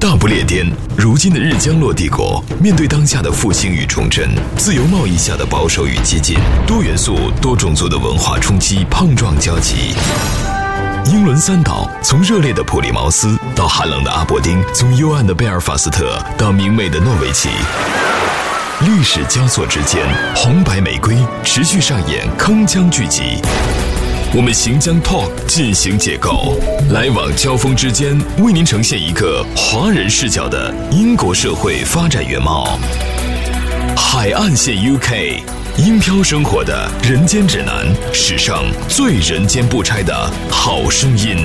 大不列颠，如今的日将落帝国，面对当下的复兴与重振，自由贸易下的保守与激进，多元素、多种族的文化冲击碰撞交集。英伦三岛，从热烈的普利茅斯到寒冷的阿伯丁，从幽暗的贝尔法斯特到明媚的诺维奇，历史交错之间，红白玫瑰持续上演铿锵巨集。我们行将 Talk 进行解构，来往交锋之间，为您呈现一个华人视角的英国社会发展原貌。海岸线 UK，英漂生活的人间指南，史上最人间不拆的好声音。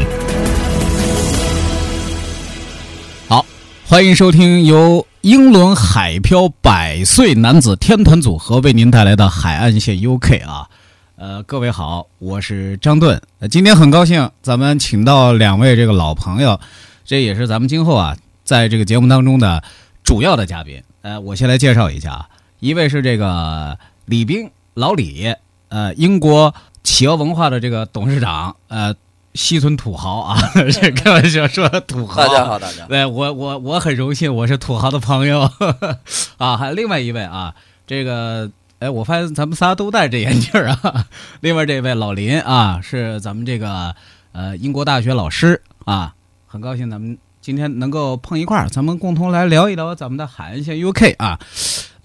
好，欢迎收听由英伦海漂百岁男子天团组合为您带来的海岸线 UK 啊，呃，各位好，我是张盾，呃今天很高兴咱们请到两位这个老朋友，这也是咱们今后啊在这个节目当中的主要的嘉宾。呃，我先来介绍一下啊，一位是这个李冰老李，呃，英国企鹅文化的这个董事长，呃，西村土豪啊， 这开玩笑说的土豪。 啊大家好，大家好。对哎我我我很荣幸，我是土豪的朋友 啊，还有另外一位啊，这个哎，我发现咱们仨都戴着眼镜儿啊。 另外这位老林啊，是咱们这个呃英国大学老师啊，很高兴咱们今天能够碰一块儿，咱们共同来聊一聊咱们的海岸线 UK 啊。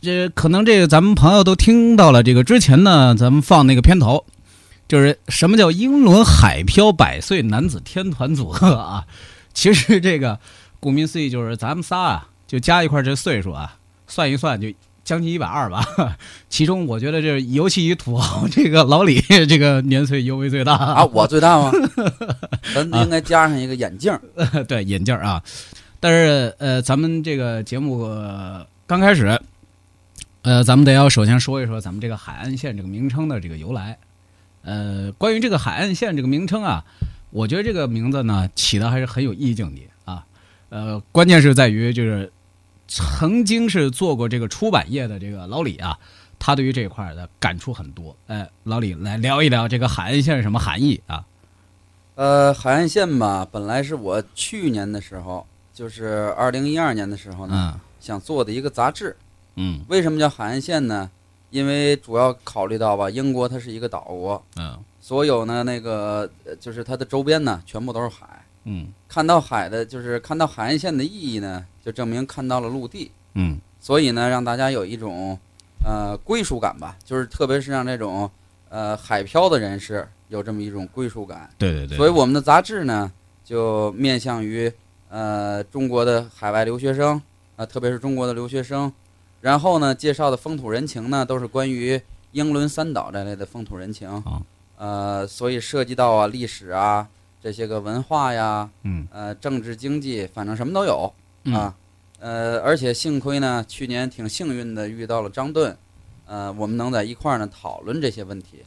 这可能这个咱们朋友都听到了，这个之前呢，咱们放那个片头，就是什么叫英伦海漂百岁男子天团组合啊？其实这个顾名思义就是咱们仨啊，就加一块儿这岁数啊，算一算就将近一百二吧。 其中我觉得这尤其以土豪这个老李这个年岁尤为最大啊，我最大 吗？咱应该加上一个眼镜儿。 对眼镜儿啊。但是呃，咱们这个节目、呃刚开始，呃，咱们得要首先说一说咱们这个海岸线这个名称的这个由来。呃，关于这个海岸线这个名称啊，我觉得这个名字呢起的还是很有意境的啊。呃，关键是在于就是曾经是做过这个出版业的这个老李啊，他对于这一块儿的感触很多。哎、老李来聊一聊这个海岸线是什么含义啊？呃，海岸线吧，本来是我去年的时候，就是二零一二年的时候呢，嗯想做的一个杂志。嗯为什么叫海岸线呢？因为主要考虑到吧，英国它是一个岛国，嗯所有呢那个呃就是它的周边呢，全部都是海。嗯看到海的，就是看到海岸线的意义呢，就证明看到了陆地。嗯所以呢，让大家有一种呃归属感吧，就是特别是让这种呃海漂的人士有这么一种归属感。对对对。所以我们的杂志呢，就面向于呃中国的海外留学生啊、呃特别是中国的留学生。然后呢，介绍的风土人情呢，都是关于英伦三岛这类的风土人情好。呃，所以涉及到啊历史啊这些个文化呀，嗯呃政治经济，反正什么都有。嗯啊，呃，而且幸亏呢，去年挺幸运的遇到了张盾，呃，我们能在一块儿呢讨论这些问题。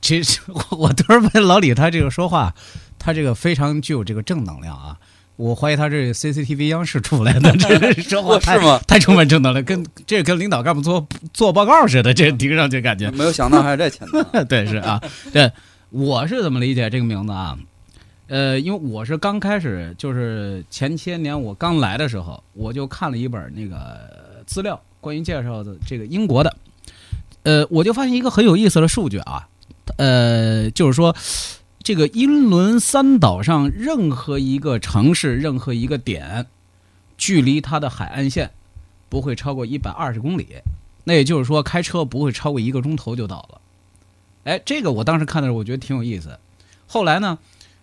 其实我我突然问老李，他这个说话，他这个非常具有这个正能量啊！我怀疑他这 CCTV 央视出来的， 这说话哦太是吗太充满正能量，跟这跟领导干部做做报告似的，这听上去感觉没有想到还有这潜 能啊，对是啊，对，我是怎么理解这个名字啊？呃，因为我是刚开始，就是前些年我刚来的时候，我就看了一本那个资料，关于介绍的这个英国的，呃，我就发现一个很有意思的数据啊，呃，就是说这个英伦三岛上任何一个城市、任何一个点，距离它的海岸线不会超过一百二十公里，那也就是说开车不会超过一个钟头就到了。哎，这个我当时看的时候，我觉得挺有意思。后来呢，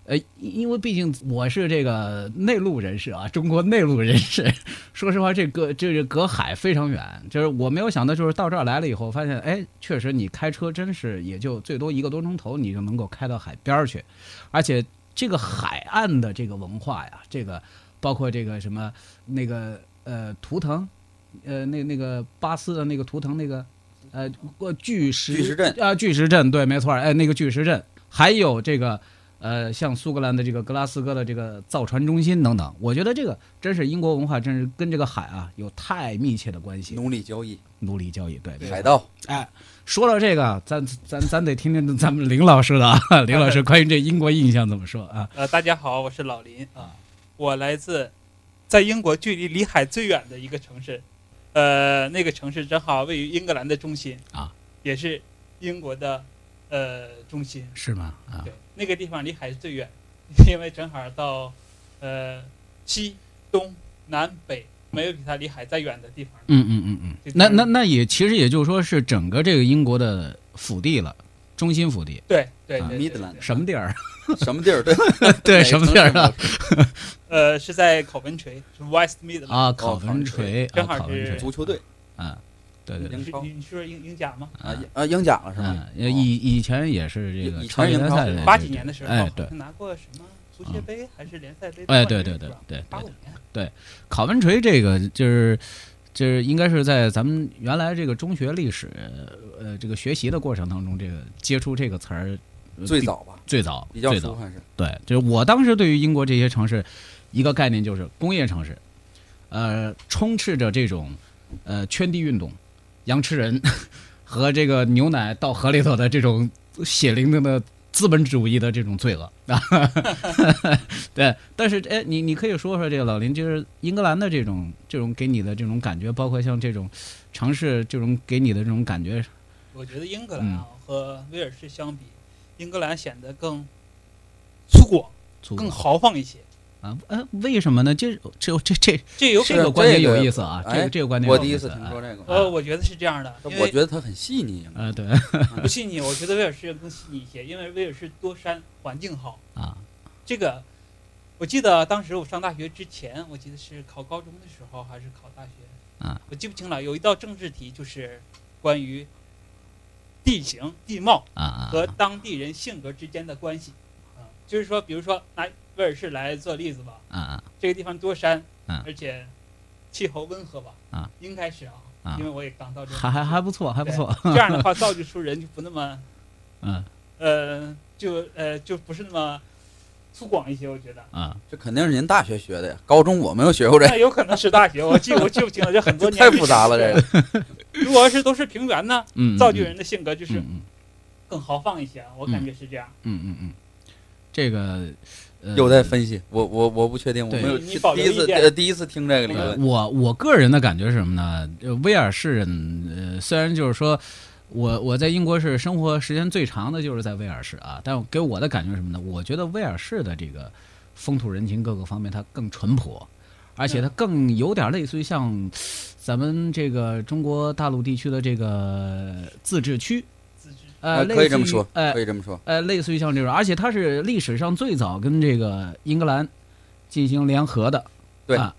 呃，因因为毕竟我是这个内陆人士啊，中国内陆人士， 说实话，这隔这是隔海非常远，就是我没有想到，就是到这儿来了以后，发现哎，确实你开车真是也就最多一个多钟头，你就能够开到海边儿去，而且这个海岸的这个文化呀，这个包括这个什么那个呃图腾，呃那那个巴斯的那个图腾那个。呃，过巨石巨石阵啊，巨石阵，对，没错儿，哎，那个巨石阵，还有这个，呃，像苏格兰的这个格拉斯哥的这个造船中心等等，我觉得这个真是英国文化，真是跟这个海啊有太密切的关系。奴隶交易、奴隶交易，对对。海盗，哎，说到这个，咱咱咱得听听咱们林老师的啊，林老师关于这英国印象怎么说啊？呃，大家好，我是老林啊，我来自在英国距离里海最远的一个城市，呃，那个城市正好位于英格兰的中心啊，也是英国的呃中心。是吗？啊，对，那个地方离海最远， 因为正好到呃西东南北没有比它离海再远的地方。嗯嗯嗯嗯，那那那也其实也就是说是整个这个英国的腹地了，中心腹地，对对啊对对对 Midland 什么地儿？ 什么地儿？对对，哪什么城地儿市啊？呃，是在考文垂，是 West Midland。啊，考考文文垂，正啊，好考文是垂，足 球队啊，对对对，你英是超你是说英英甲吗？啊英啊英甲了是吗嗯，？哦以以前也是这个以超级以联前英超赛的，八几年的时候，哎好对嗯像，拿过什么足协杯还是联赛杯的哎冠对军？对对是吧对八五对，年。考文垂这个就是就是应该是在咱们原来这个中学历史呃这个学习的过程当中，这个接触这个词儿呃最比早吧，最早比较最熟早还是对，就是我当时对于英国这些城市一个概念就是工业城市，呃，充斥着这种呃圈地运动、羊吃人和这个牛奶到河里头的这种血淋淋的资本主义的这种罪恶 啊。对，但是哎，你你可以说说这个老林，就是英格兰的这种这种给你的这种感觉，包括像这种城市这种给你的这种感觉，我觉得英嗯格兰啊和威尔士相比，英格兰显得更粗犷、祖国更豪放一些。啊，呃，为什么呢？这这这这这有可这能个观点有意思这啊，这个哎个这个观点有我意思，第一次听说哎。这个，呃，我觉得是这样的，因我为觉得它很细腻，应该呃，对不信你，我觉得威尔士更细腻一些，因为威尔士多山，环境好。啊，这个我记得当时我上大学之前，我记得是考高中的时候还是考大学，啊，我记不清了。有一道政治题就是关于地形地貌啊啊和当地人性格之间的关系，啊，就是说，比如说拿威尔士来做例子吧，啊啊这个地方多山，嗯而且气候温和吧，啊，应该是啊，啊因为我也刚到 这，还还还不错，还不错，这样的话造就出人就不那么 嗯呃，就呃就不是那么粗犷一些，我觉 得。啊，这肯定是您大学学的呀，高中我没有学过这，那有可能是大学，我记我记不清了，这很 多年太复杂了这个。如果要是都是平原呢，嗯，造就人的性格就是嗯更豪放一些啊，我感觉是这样。嗯嗯嗯，这个呃，又在分析，我我我不确定，我对嗯没有你去保第留一意次见呃第一次听这个理论，呃我我个人的感觉是什么呢？呃威尔士人，呃，虽然就是说。我我在英国是生活时间最长的，就是在威尔士啊。但给我的感觉是什么呢？我觉得威尔士的这个风土人情各个方面，它更淳朴，而且它更有点类似于像咱们这个中国大陆地区的这个自治区，自知呃，呃类可以似这么于说，呃可以这么说，呃，类似于像这种，而且它是历史上最早跟这个英格兰进行联合的，对啊，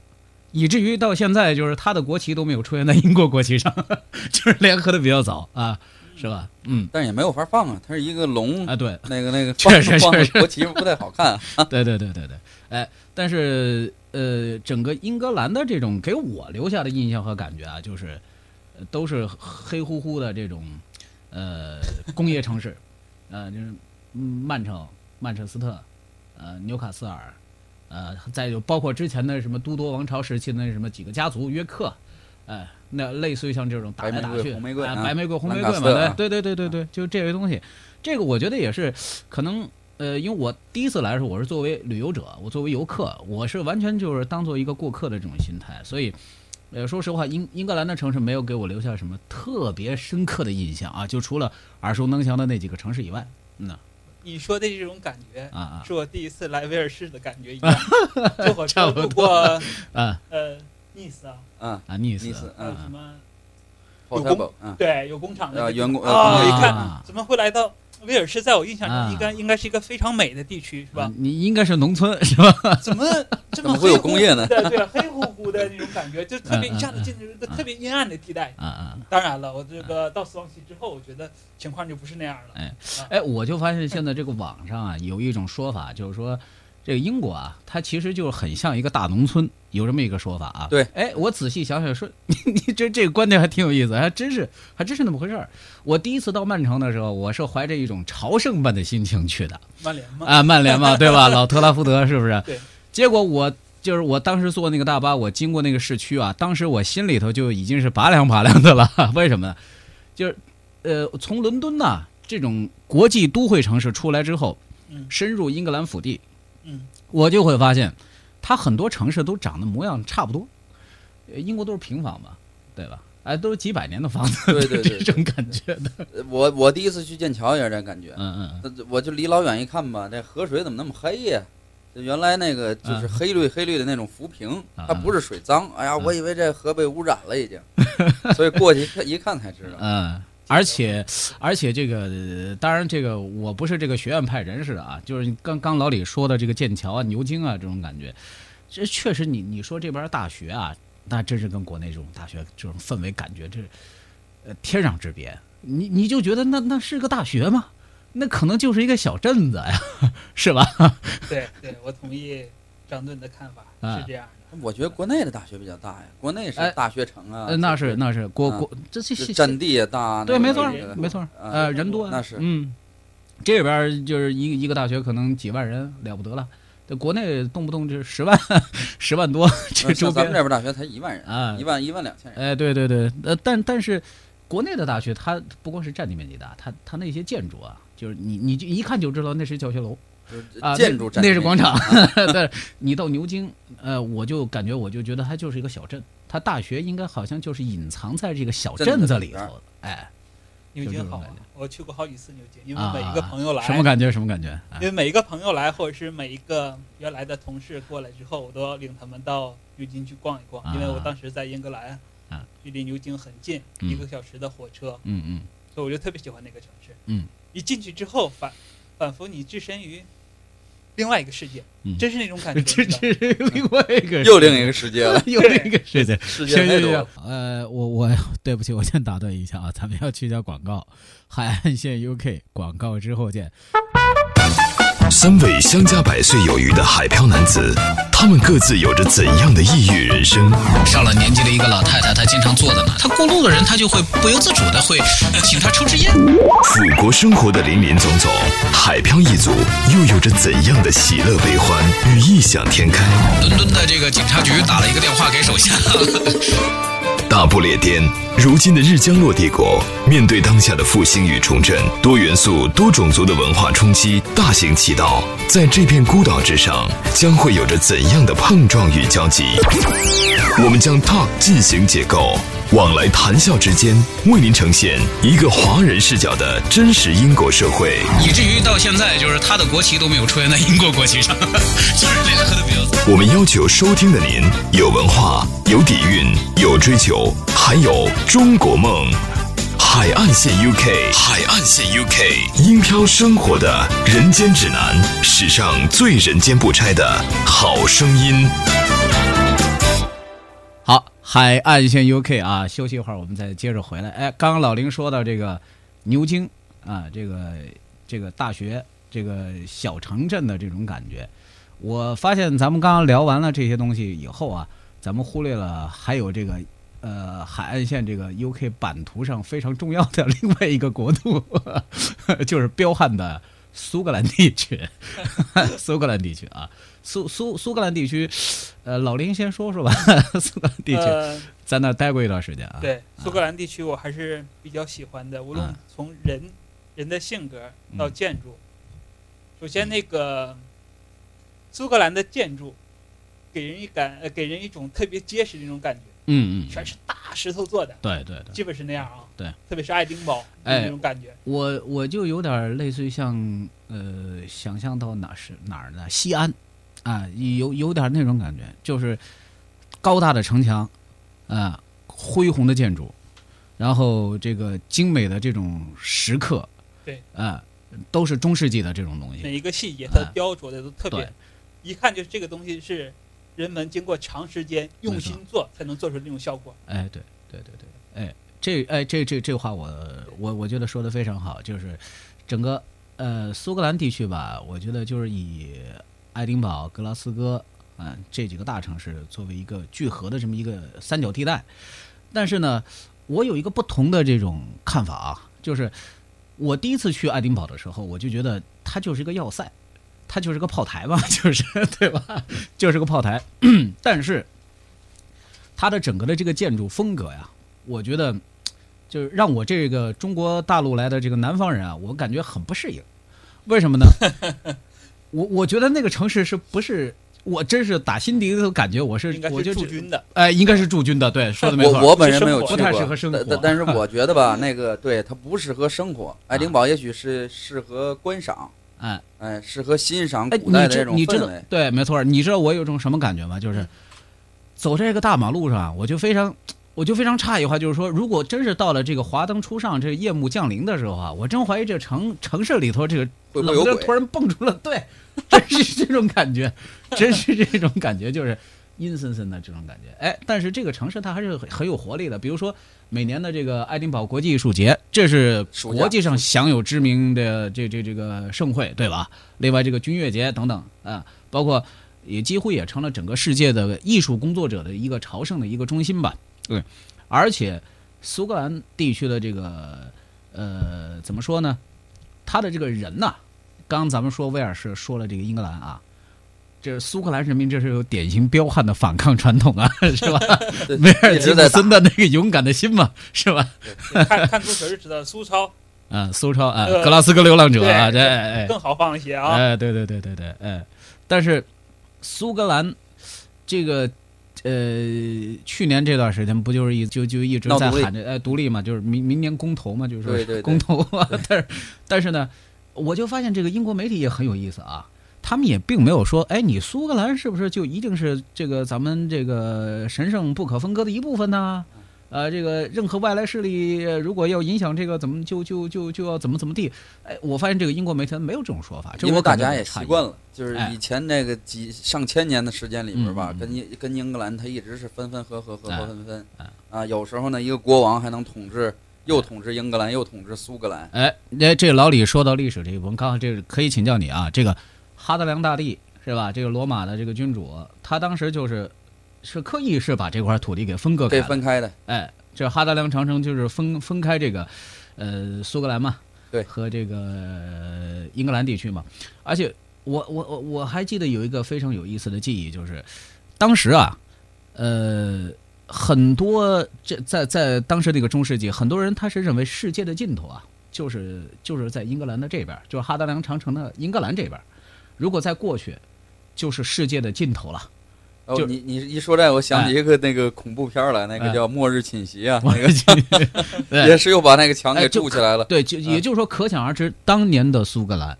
以至于到现在就是它的国旗都没有出现在英国国旗上， 就是联合的比较早啊，是吧？嗯，但是也没有法放啊，它是一个龙，啊，对，那个那个确放实放确的实国旗不太 好看啊，对对对对对，哎，但是呃，整个英格兰的这种给我留下的印象和感觉啊，就是、呃都是黑乎乎的这种呃工业城市，呃，就是嗯曼城、曼彻斯特、呃纽卡斯尔，呃，再有包括之前的什么都铎王朝时期的那什么几个家族约克，呃，那类似于像这种打来打去，白玫瑰红玫瑰啊啊白玫瑰、红玫瑰兰卡嘛，斯特啊对对对对对，就这些东西，这个我觉得也是可能。呃，因为我第一次来的时候，我是作为旅游者，我作为游客，我是完全就是当做一个过客的这种心态，所以，呃，说实话，英英格兰的城市没有给我留下什么特别深刻的印象啊，就除了耳熟能详的那几个城市以外，嗯呐你说的这种感觉，啊啊是我第一次来威尔士的感觉一样。 坐火差车不路多过啊呃尼斯啊，嗯，啊，尼斯意思，还有嗯，什么？后有台功宝， 嗯，对，有工厂的呃地方员工呃啊，工一厂看啊怎么会来到威尔士？在我印象啊中，应该应该是一个非常美的地区，是吧啊？你应该是农村是吧？怎么这怎么会黑有乎工业呢乎的对，黑乎乎的那种感觉，就嗯特别一下子进入一个特别阴暗的地带。啊啊，当然了，我这个到斯旺西之后，我觉得情况就不是那样了。哎，我就发现现在这个网上啊，有一种说法，就是说这个英国啊，它其实就是很像一个大农村，有这么一个说法啊。对哎，我仔细想想说， 你你这这个观点还挺有意思，还真是还真是那么回事儿。我第一次到曼城的时候，我是怀着一种朝圣般的心情去的曼联嘛， 啊，曼联嘛，对吧？老特拉福德是不是？对。结果我。就是我当时坐那个大巴，我经过那个市区啊，当时我心里头就已经是拔凉拔凉的了。为什么呢？就是，呃，从伦敦呐、这种国际都会城市出来之后，嗯深入英格兰腹地，嗯，我就会发现，它很多城市都长得模样差不多，呃英国都是平房嘛，对吧？哎，都是几百年的房子，对对对这种感觉的，呃我我第一次去剑桥也是这感觉，嗯嗯那我就离老远一看吧，这河水怎么那么黑呀？这原来那个就是黑绿黑绿的那种浮萍，啊它不是水脏。哎呀，嗯我以为这河被污染了 已经，所以过去一看一看才知道。嗯。而且，而且这个，呃当然，这个我不是这个学院派人士啊，就是刚刚老李说的这个剑桥啊、牛津啊这种感觉，这确实你你说这边大学啊，那真是跟国内这种大学这种氛围感觉，这是呃天壤之别。你你就觉得那那是个大学吗？那可能就是一个小镇子呀， 是吧？对对，我同意张顿的看法，啊是这样的。我觉得国内的大学比较大呀，国内是哎大学城啊呃，，那是那是国啊国这这这这占地也大。对，那没个错儿这个，没错儿，啊呃，人多啊，那是嗯，这边儿就是一个一个大学可能几万人了不得了，这国内动不动就是十万、 十万多，这那周像咱边们这边大学才一万人，啊一，万一万两千人。哎，对对对，呃，但但是国内的大学它不光是占地面积大，它它那些建筑啊，就是你你就一看就知道那是教学楼，就是啊，呃建筑占那那地是面积广场。 对，你到牛津，呃，我就感觉我就觉得它就是一个小镇，它大学应该好像就是隐藏在这个小镇子镇子里里头边儿的，哎，牛就这津种好感玩觉，我去过好几次牛津，因为啊每一个朋友来，什么感觉？什么感觉？哎因为每一个朋友来，或者是每一个原来的同事过来之后，我都要领他们到牛津去逛一逛，因为我啊当时在英格兰啊，距离牛津很近，嗯一个小时的火车，嗯嗯。所以我就特别喜欢那个城市。嗯，一进去之后，反仿佛你置身于另外一个世界，嗯真是那种 感觉。这你知道吗这是另外一个，又另一个世界了 又另一个世界。 世界行太行多行了。，呃，我我对不起，我先打断一下啊，咱们要去一下广告，海岸线 UK 广告之后见。三位相加百岁有余的海漂男子，他们各自有着怎样的异域人生？上了年纪的一个老太太，她经常坐在那，她过路的人，她就会不由自主的会请她抽支烟。祖国生活的林林总总，海漂一族又有着怎样的喜乐悲欢与异想天开？伦敦的这个警察局打了一个电话给手下，大不列颠，如今的日江洛帝国，面对当下的复兴与重振，多元素、多种族的文化冲击大行其道，在这片孤岛之上，将会有着怎样的碰撞与交集？我们将 Talk 进行解构，往来谈笑之间，为您呈现一个华人视角的真实英国社会。以至于到现在就是她的国旗都没有出现在英国国旗上， 就是联合的比较早。我们要求收听的您有文化、有底蕴、有追求，还有中国梦。海岸线 UK，海岸线 UK，英漂生活的人间指南，史上最人间不拆的好声音。好，海岸线 UK 啊，休息一会儿，我们再接着回来。哎，刚刚老林说到这个牛津啊，这个这个大学，这个小城镇的这种感觉，我发现咱们刚刚聊完了这些东西以后啊，咱们忽略了还有这个呃海岸线这个 UK 版图上非常重要的另外一个国度， 就是彪悍的苏格兰地区， 苏格兰地区啊，苏苏苏格兰地区，呃，老林先说说吧， 苏格兰地区。呃，在那儿待过一段时间啊。，对，苏格兰地区我还是比较喜欢的，无论啊从人、人的性格到嗯建筑。首先，那个苏格兰的建筑给人一感，呃，给人一种特别结实的那种感觉，嗯嗯，全是大石头做的，对对对，基本是那样啊。对，特别是爱丁堡哎那种感觉。我我就有点类似于像呃，想象到哪是哪儿呢？西安啊，有有点那种感觉，就是高大的城墙啊，恢宏的建筑，然后这个精美的这种石刻，对啊，都是中世纪的这种东西。每一个细节它哎雕琢的都特别，对一看就是这个东西是人们经过长时间用心做才能做出那种效果。哎，对对对对，哎，这哎这这这话我我我觉得说的非常好，就是整个呃苏格兰地区吧，我觉得就是以爱丁堡、格拉斯哥嗯、这几个大城市作为一个聚合的这么一个三角地带，但是呢，我有一个不同的这种看法啊，就是我第一次去爱丁堡的时候，我就觉得它就是一个要塞。它就是个炮台嘛， 就是对吧？就是个炮台， 但是它的整个的这个建筑风格呀，我觉得就是让我这个中国大陆来的这个南方人啊，我 感觉很不适应。为什么呢？我我觉得那个城市是不是我真是打心底里头感觉我是应该我是就驻觉军的，哎，应该是驻军的，对，说的没错。我我本人没有去不过，太适合生活啊但但但是我觉得吧，那个对它不适合生活。哎，灵宝也许是适合观赏，哎哎，适合欣赏哎，古代你的这知种你知氛道围。对，没错儿。你知道我有一种什么感觉吗？就是走这个大马路上，我就非常。我就非常诧异的话，就是说，如果真是到了这个华灯初上、这夜幕降临的时候啊，我真怀疑这城城市里头这个会不会冷有不丁鬼突然蹦出了，对，真是这种感觉， 真是这种感觉，就是阴森森的这种感觉。哎，但是这个城市它还是很很有活力的，比如说每年的这个爱丁堡国际艺术节，这是暑假国际上享有知名的这这这个盛会，对吧？另外这个军乐节等等啊、包括也几乎也成了整个世界的艺术工作者的一个朝圣的一个中心吧。对，而且苏格兰地区的这个呃怎么说呢？他的这个人呐、刚刚咱们说威尔士，说了这个英格兰啊，这是苏格兰人民，这是有典型彪悍的反抗传统啊， 是吧？对 威尔一吉直姆在打森的那个勇敢的心嘛，是吧？看看足球就知道，苏超嗯，苏超啊，呃格拉斯哥流浪者啊，这对哎更豪放一些啊。哎，对对对对对，哎，但是苏格兰这个呃，去年这段时间不就是一就就一直闹在独立喊着哎独立嘛，就是明明年公投嘛，就是对对对公投 啊，但是但是呢，我就发现这个英国媒体也很有意思啊。他们也并没有说，哎，你苏格兰是不是就一定是这个咱们这个神圣不可分割的一部分呢？呃，这个任何外来势力呃如果要影响这个，怎么就就就就要怎么怎么地？哎，我发现这个英国媒体没有这种说法，这因我为大感觉家很也诧习异惯了，就是哎以前那个几上千年的时间里边吧，嗯嗯嗯跟英跟英格兰它一直是分分合合，合哎合分分哎啊。有时候呢，一个国王还能统治，又统治英格兰，又统治苏格兰。哎，那这老李说到历史这一部分，刚好这个可以请教你啊，这个哈德良大帝是吧？这个罗马的这个君主，他当时就是是刻意是把这块土地给分割开被了，分开的，哎，这哈德良长城就是分分开这个呃苏格兰嘛，对和这个呃英格兰地区嘛，而且我我我我还记得有一个非常有意思的记忆，就是当时啊，呃。很多这在在当时那个中世纪，很多人他是认为世界的尽头啊，就是就是在英格兰的这边儿，就是哈德良长城的英格兰这边儿。如果再过去，就是世界的尽头了。哦就，你你一说这，我想起一个那个恐怖片儿来，那哎个叫《末日侵袭》 啊，我那个对也是又把那个墙哎给就筑起来了。对，就嗯也就是说，可想而知，当年的苏格兰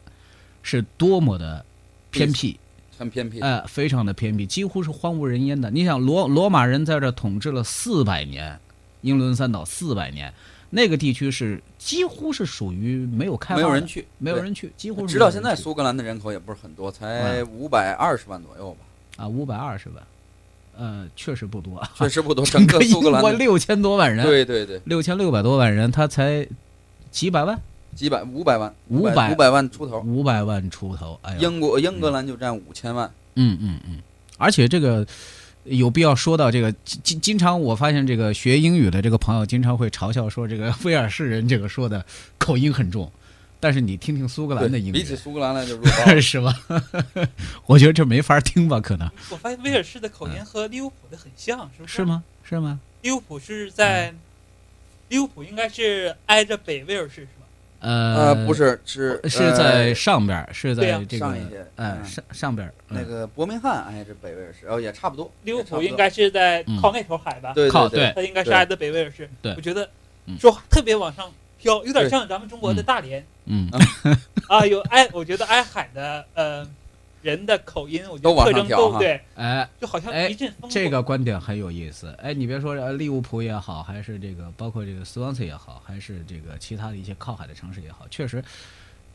是多么的偏僻，很偏僻。哎、非常的偏僻，几乎是荒无人烟的。你想，罗罗马人在这统治了四百年，英伦三岛四百年，那个地区是几乎是属于没有开发没的，有人去，没有对人去，几乎是没直有到人现在，去哎苏格兰的人口也不是很多，才五百二十万左右吧，啊，五百二十万，呃，确实不多，确实不多。整个苏格兰英国的，六千多万人，对对对，六千六百多万人，他才几百万，几百五百万，五百百五百万出头。五百万出头，哎呦，英国英格兰就占五千万，嗯嗯嗯，而且这个有必要说到这个，经经经常我发现这个学英语的这个朋友经常会嘲笑说这个威尔士人这个说的口音很重，但是你听听苏格兰的对，英比起 语。苏格兰来就弱爆了。是吧？我觉得这没法听吧，可能我发现威尔士的口音和利物浦的很像，是不嗯是？吗？嗯是吗？利物浦是在，利物浦应该是挨着北威尔士是吧？ 呃，呃，不，是，是呃是在上边儿，是对在呀这上一个，些，呃，嗯上上边儿，那嗯个伯明翰还是北威尔士，哦，也差不多。利物也差不浦多应该是在嗯靠那头海吧？对靠对，它应该是对挨着北威尔士。对我觉得嗯说话特别往上飘，有点对像咱们中国的大连嗯，啊，有挨，我觉得挨海的呃人的口音，我觉都得往特上征挑都哈对，哎，就好像哎一阵风过。这个观点很有意思。哎，你别说呃利物浦也好，还是这个包括这个斯旺塞也好，还是这个其他的一些靠海的城市也好，确实。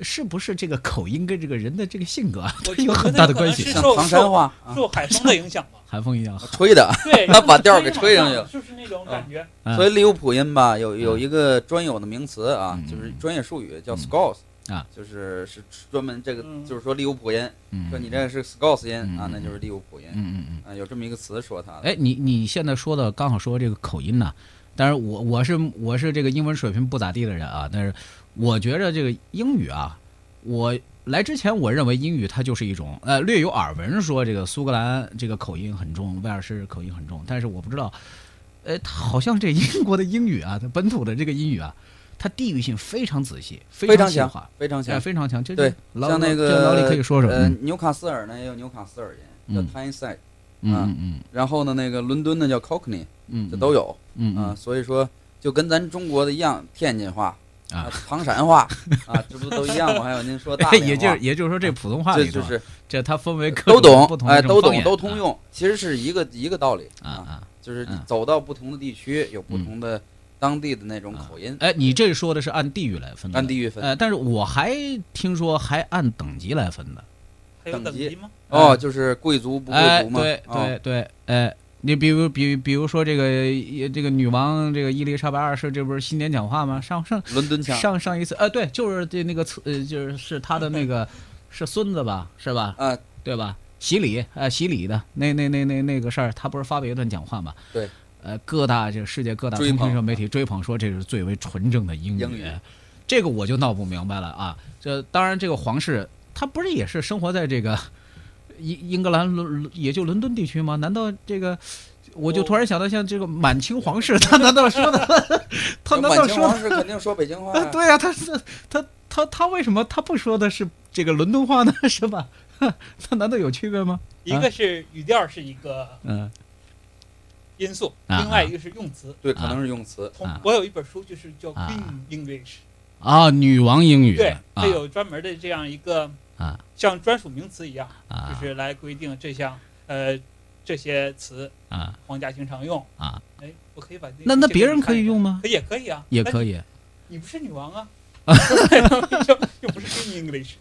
是不是这个口音跟这个人的这个性格啊， 我有很大的关系我觉得有可能像唐是受山话啊，受 海风的影响吧？韩风一样好， 吹的。对，他把调儿给吹上去了就是那种感觉。嗯所以利物浦音吧，有有嗯一个专有的名词啊，嗯就是专业术语叫嗯 Scots 啊，就是是专门这个，嗯就是说利物浦音，嗯，说你这是 Scots 音嗯啊，嗯那就是利物浦音嗯，嗯嗯，啊，有这么一个词说它的。哎，你你现在说的刚好说这个口音呢、但是我我是我是这个英文水平不咋地的人啊，但是我觉着这个英语啊，我来之前我认为英语它就是一种呃略有耳闻说这个苏格兰这个口音很重，威尔士口音很重，但是我不知道，呃，它好像这英国的英语啊，它本土的这个英语啊，它地域性非常仔细，非非常细强化，非常哎，强。非常强。这对老像那老个这老李可以说说，呃嗯，纽卡斯尔呢也有纽卡斯尔音，叫嗯 Tyneside，嗯嗯然后呢，那个伦敦呢叫 Cockney，嗯，这都有嗯啊、嗯所以说就跟咱中国的一样，天津话啊唐山话啊，这不都一样吗？还有您说大连 话，也就是也就是说，这普通话这里就头，啊是这它分为各都种不同，懂的哎，这种都方懂，言都通用，其实是一个一个道理啊啊。就是嗯走到不同的地区，有不同的当地的那种啊口音，哎，你这说的是按地域来分的，按地域分。呃，但是我还听说还按等级来分的。还有等等级级吗？哦，就是贵族不贵哎，族嘛，对哦对对，哎，你比如比比如说这个呃这个女王这个伊丽莎白二世，这不是新年讲话吗？上上伦敦腔上上一次，呃，对，就是这那个次呃，就是是他的那个是孙子吧，是吧？啊，对吧？洗礼，呃，洗礼的那那那那那个事儿，他不是发表一段讲话嘛？对。呃，各大这个世界各大追通讯捧啊社媒体追捧说这是最为纯正的英语，英语这个我就闹不明白了啊！这当然，这个皇室他不是也是生活在这个英英格兰伦也就伦敦地区吗？难道这个？我就突然想到，像这个满清皇室，他难道说 的，他难道满清说的皇室肯定说 北京话啊，呀，对呀、他是他他他为什么他不说的是这个伦敦话呢？ 是吧？那难道有区别吗？一个是语调是一个嗯因素，啊另外一个是用词。对，可能是用词。从啊我有一本书就是叫啊 Queen English，啊，女王英语对，啊它有专门的这样一个啊像专属名词一样，就啊是来规定这项呃这些词啊皇家经常用。啊，哎，我可以把这那那别人可以用吗？吗？可也可以啊，也但可以，你不是女王 啊， 又又不是 Queen English，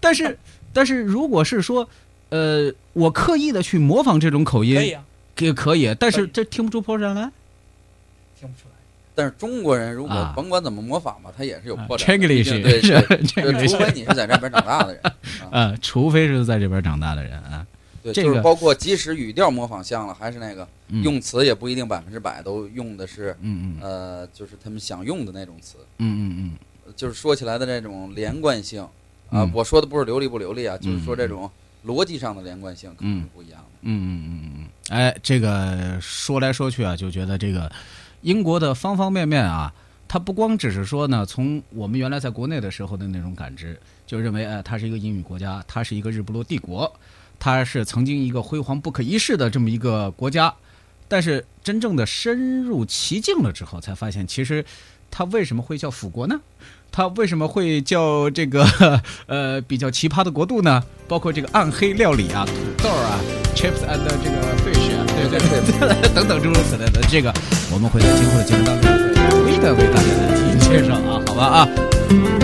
但是但是如果是说，呃，我刻意的去模仿这种口可以音，啊，也可以，但可是以这听不出破绽来。听不出来。但是中国人如果啊甭管怎么模仿吧，他也是有破绽的。 Chinglish 毕竟对是对，对 Chinglish 除非你是在这边长大的人，啊，除非是在这边长大的人啊，对，这就是个包括即使语调模仿像了，还是那个嗯用词也不一定百分之百都用的是嗯嗯呃，就是他们想用的那种词，嗯嗯就是说起来的那种连贯性啊嗯。我说的不是流利不流利啊，就是说嗯这种逻辑上的连贯性可能是不一样的。嗯嗯嗯嗯，哎，这个说来说去啊，就觉得这个英国的方方面面啊，它不光只是说呢，从我们原来在国内的时候的那种感知，就认为哎，它是一个英语国家，它是一个日不落帝国，它是曾经一个辉煌不可一世的这么一个国家，但是真正的深入其境了之后，才发现其实它为什么会叫腐国呢？它为什么会叫这个呃比较奇葩的国度呢？包括这个暗黑料理啊、土豆啊、chips and 这个 fish 啊，对对对， 等等诸如此类的，这个我们会在今后的节目当中会逐一的为大家来一一介绍啊，好吧啊。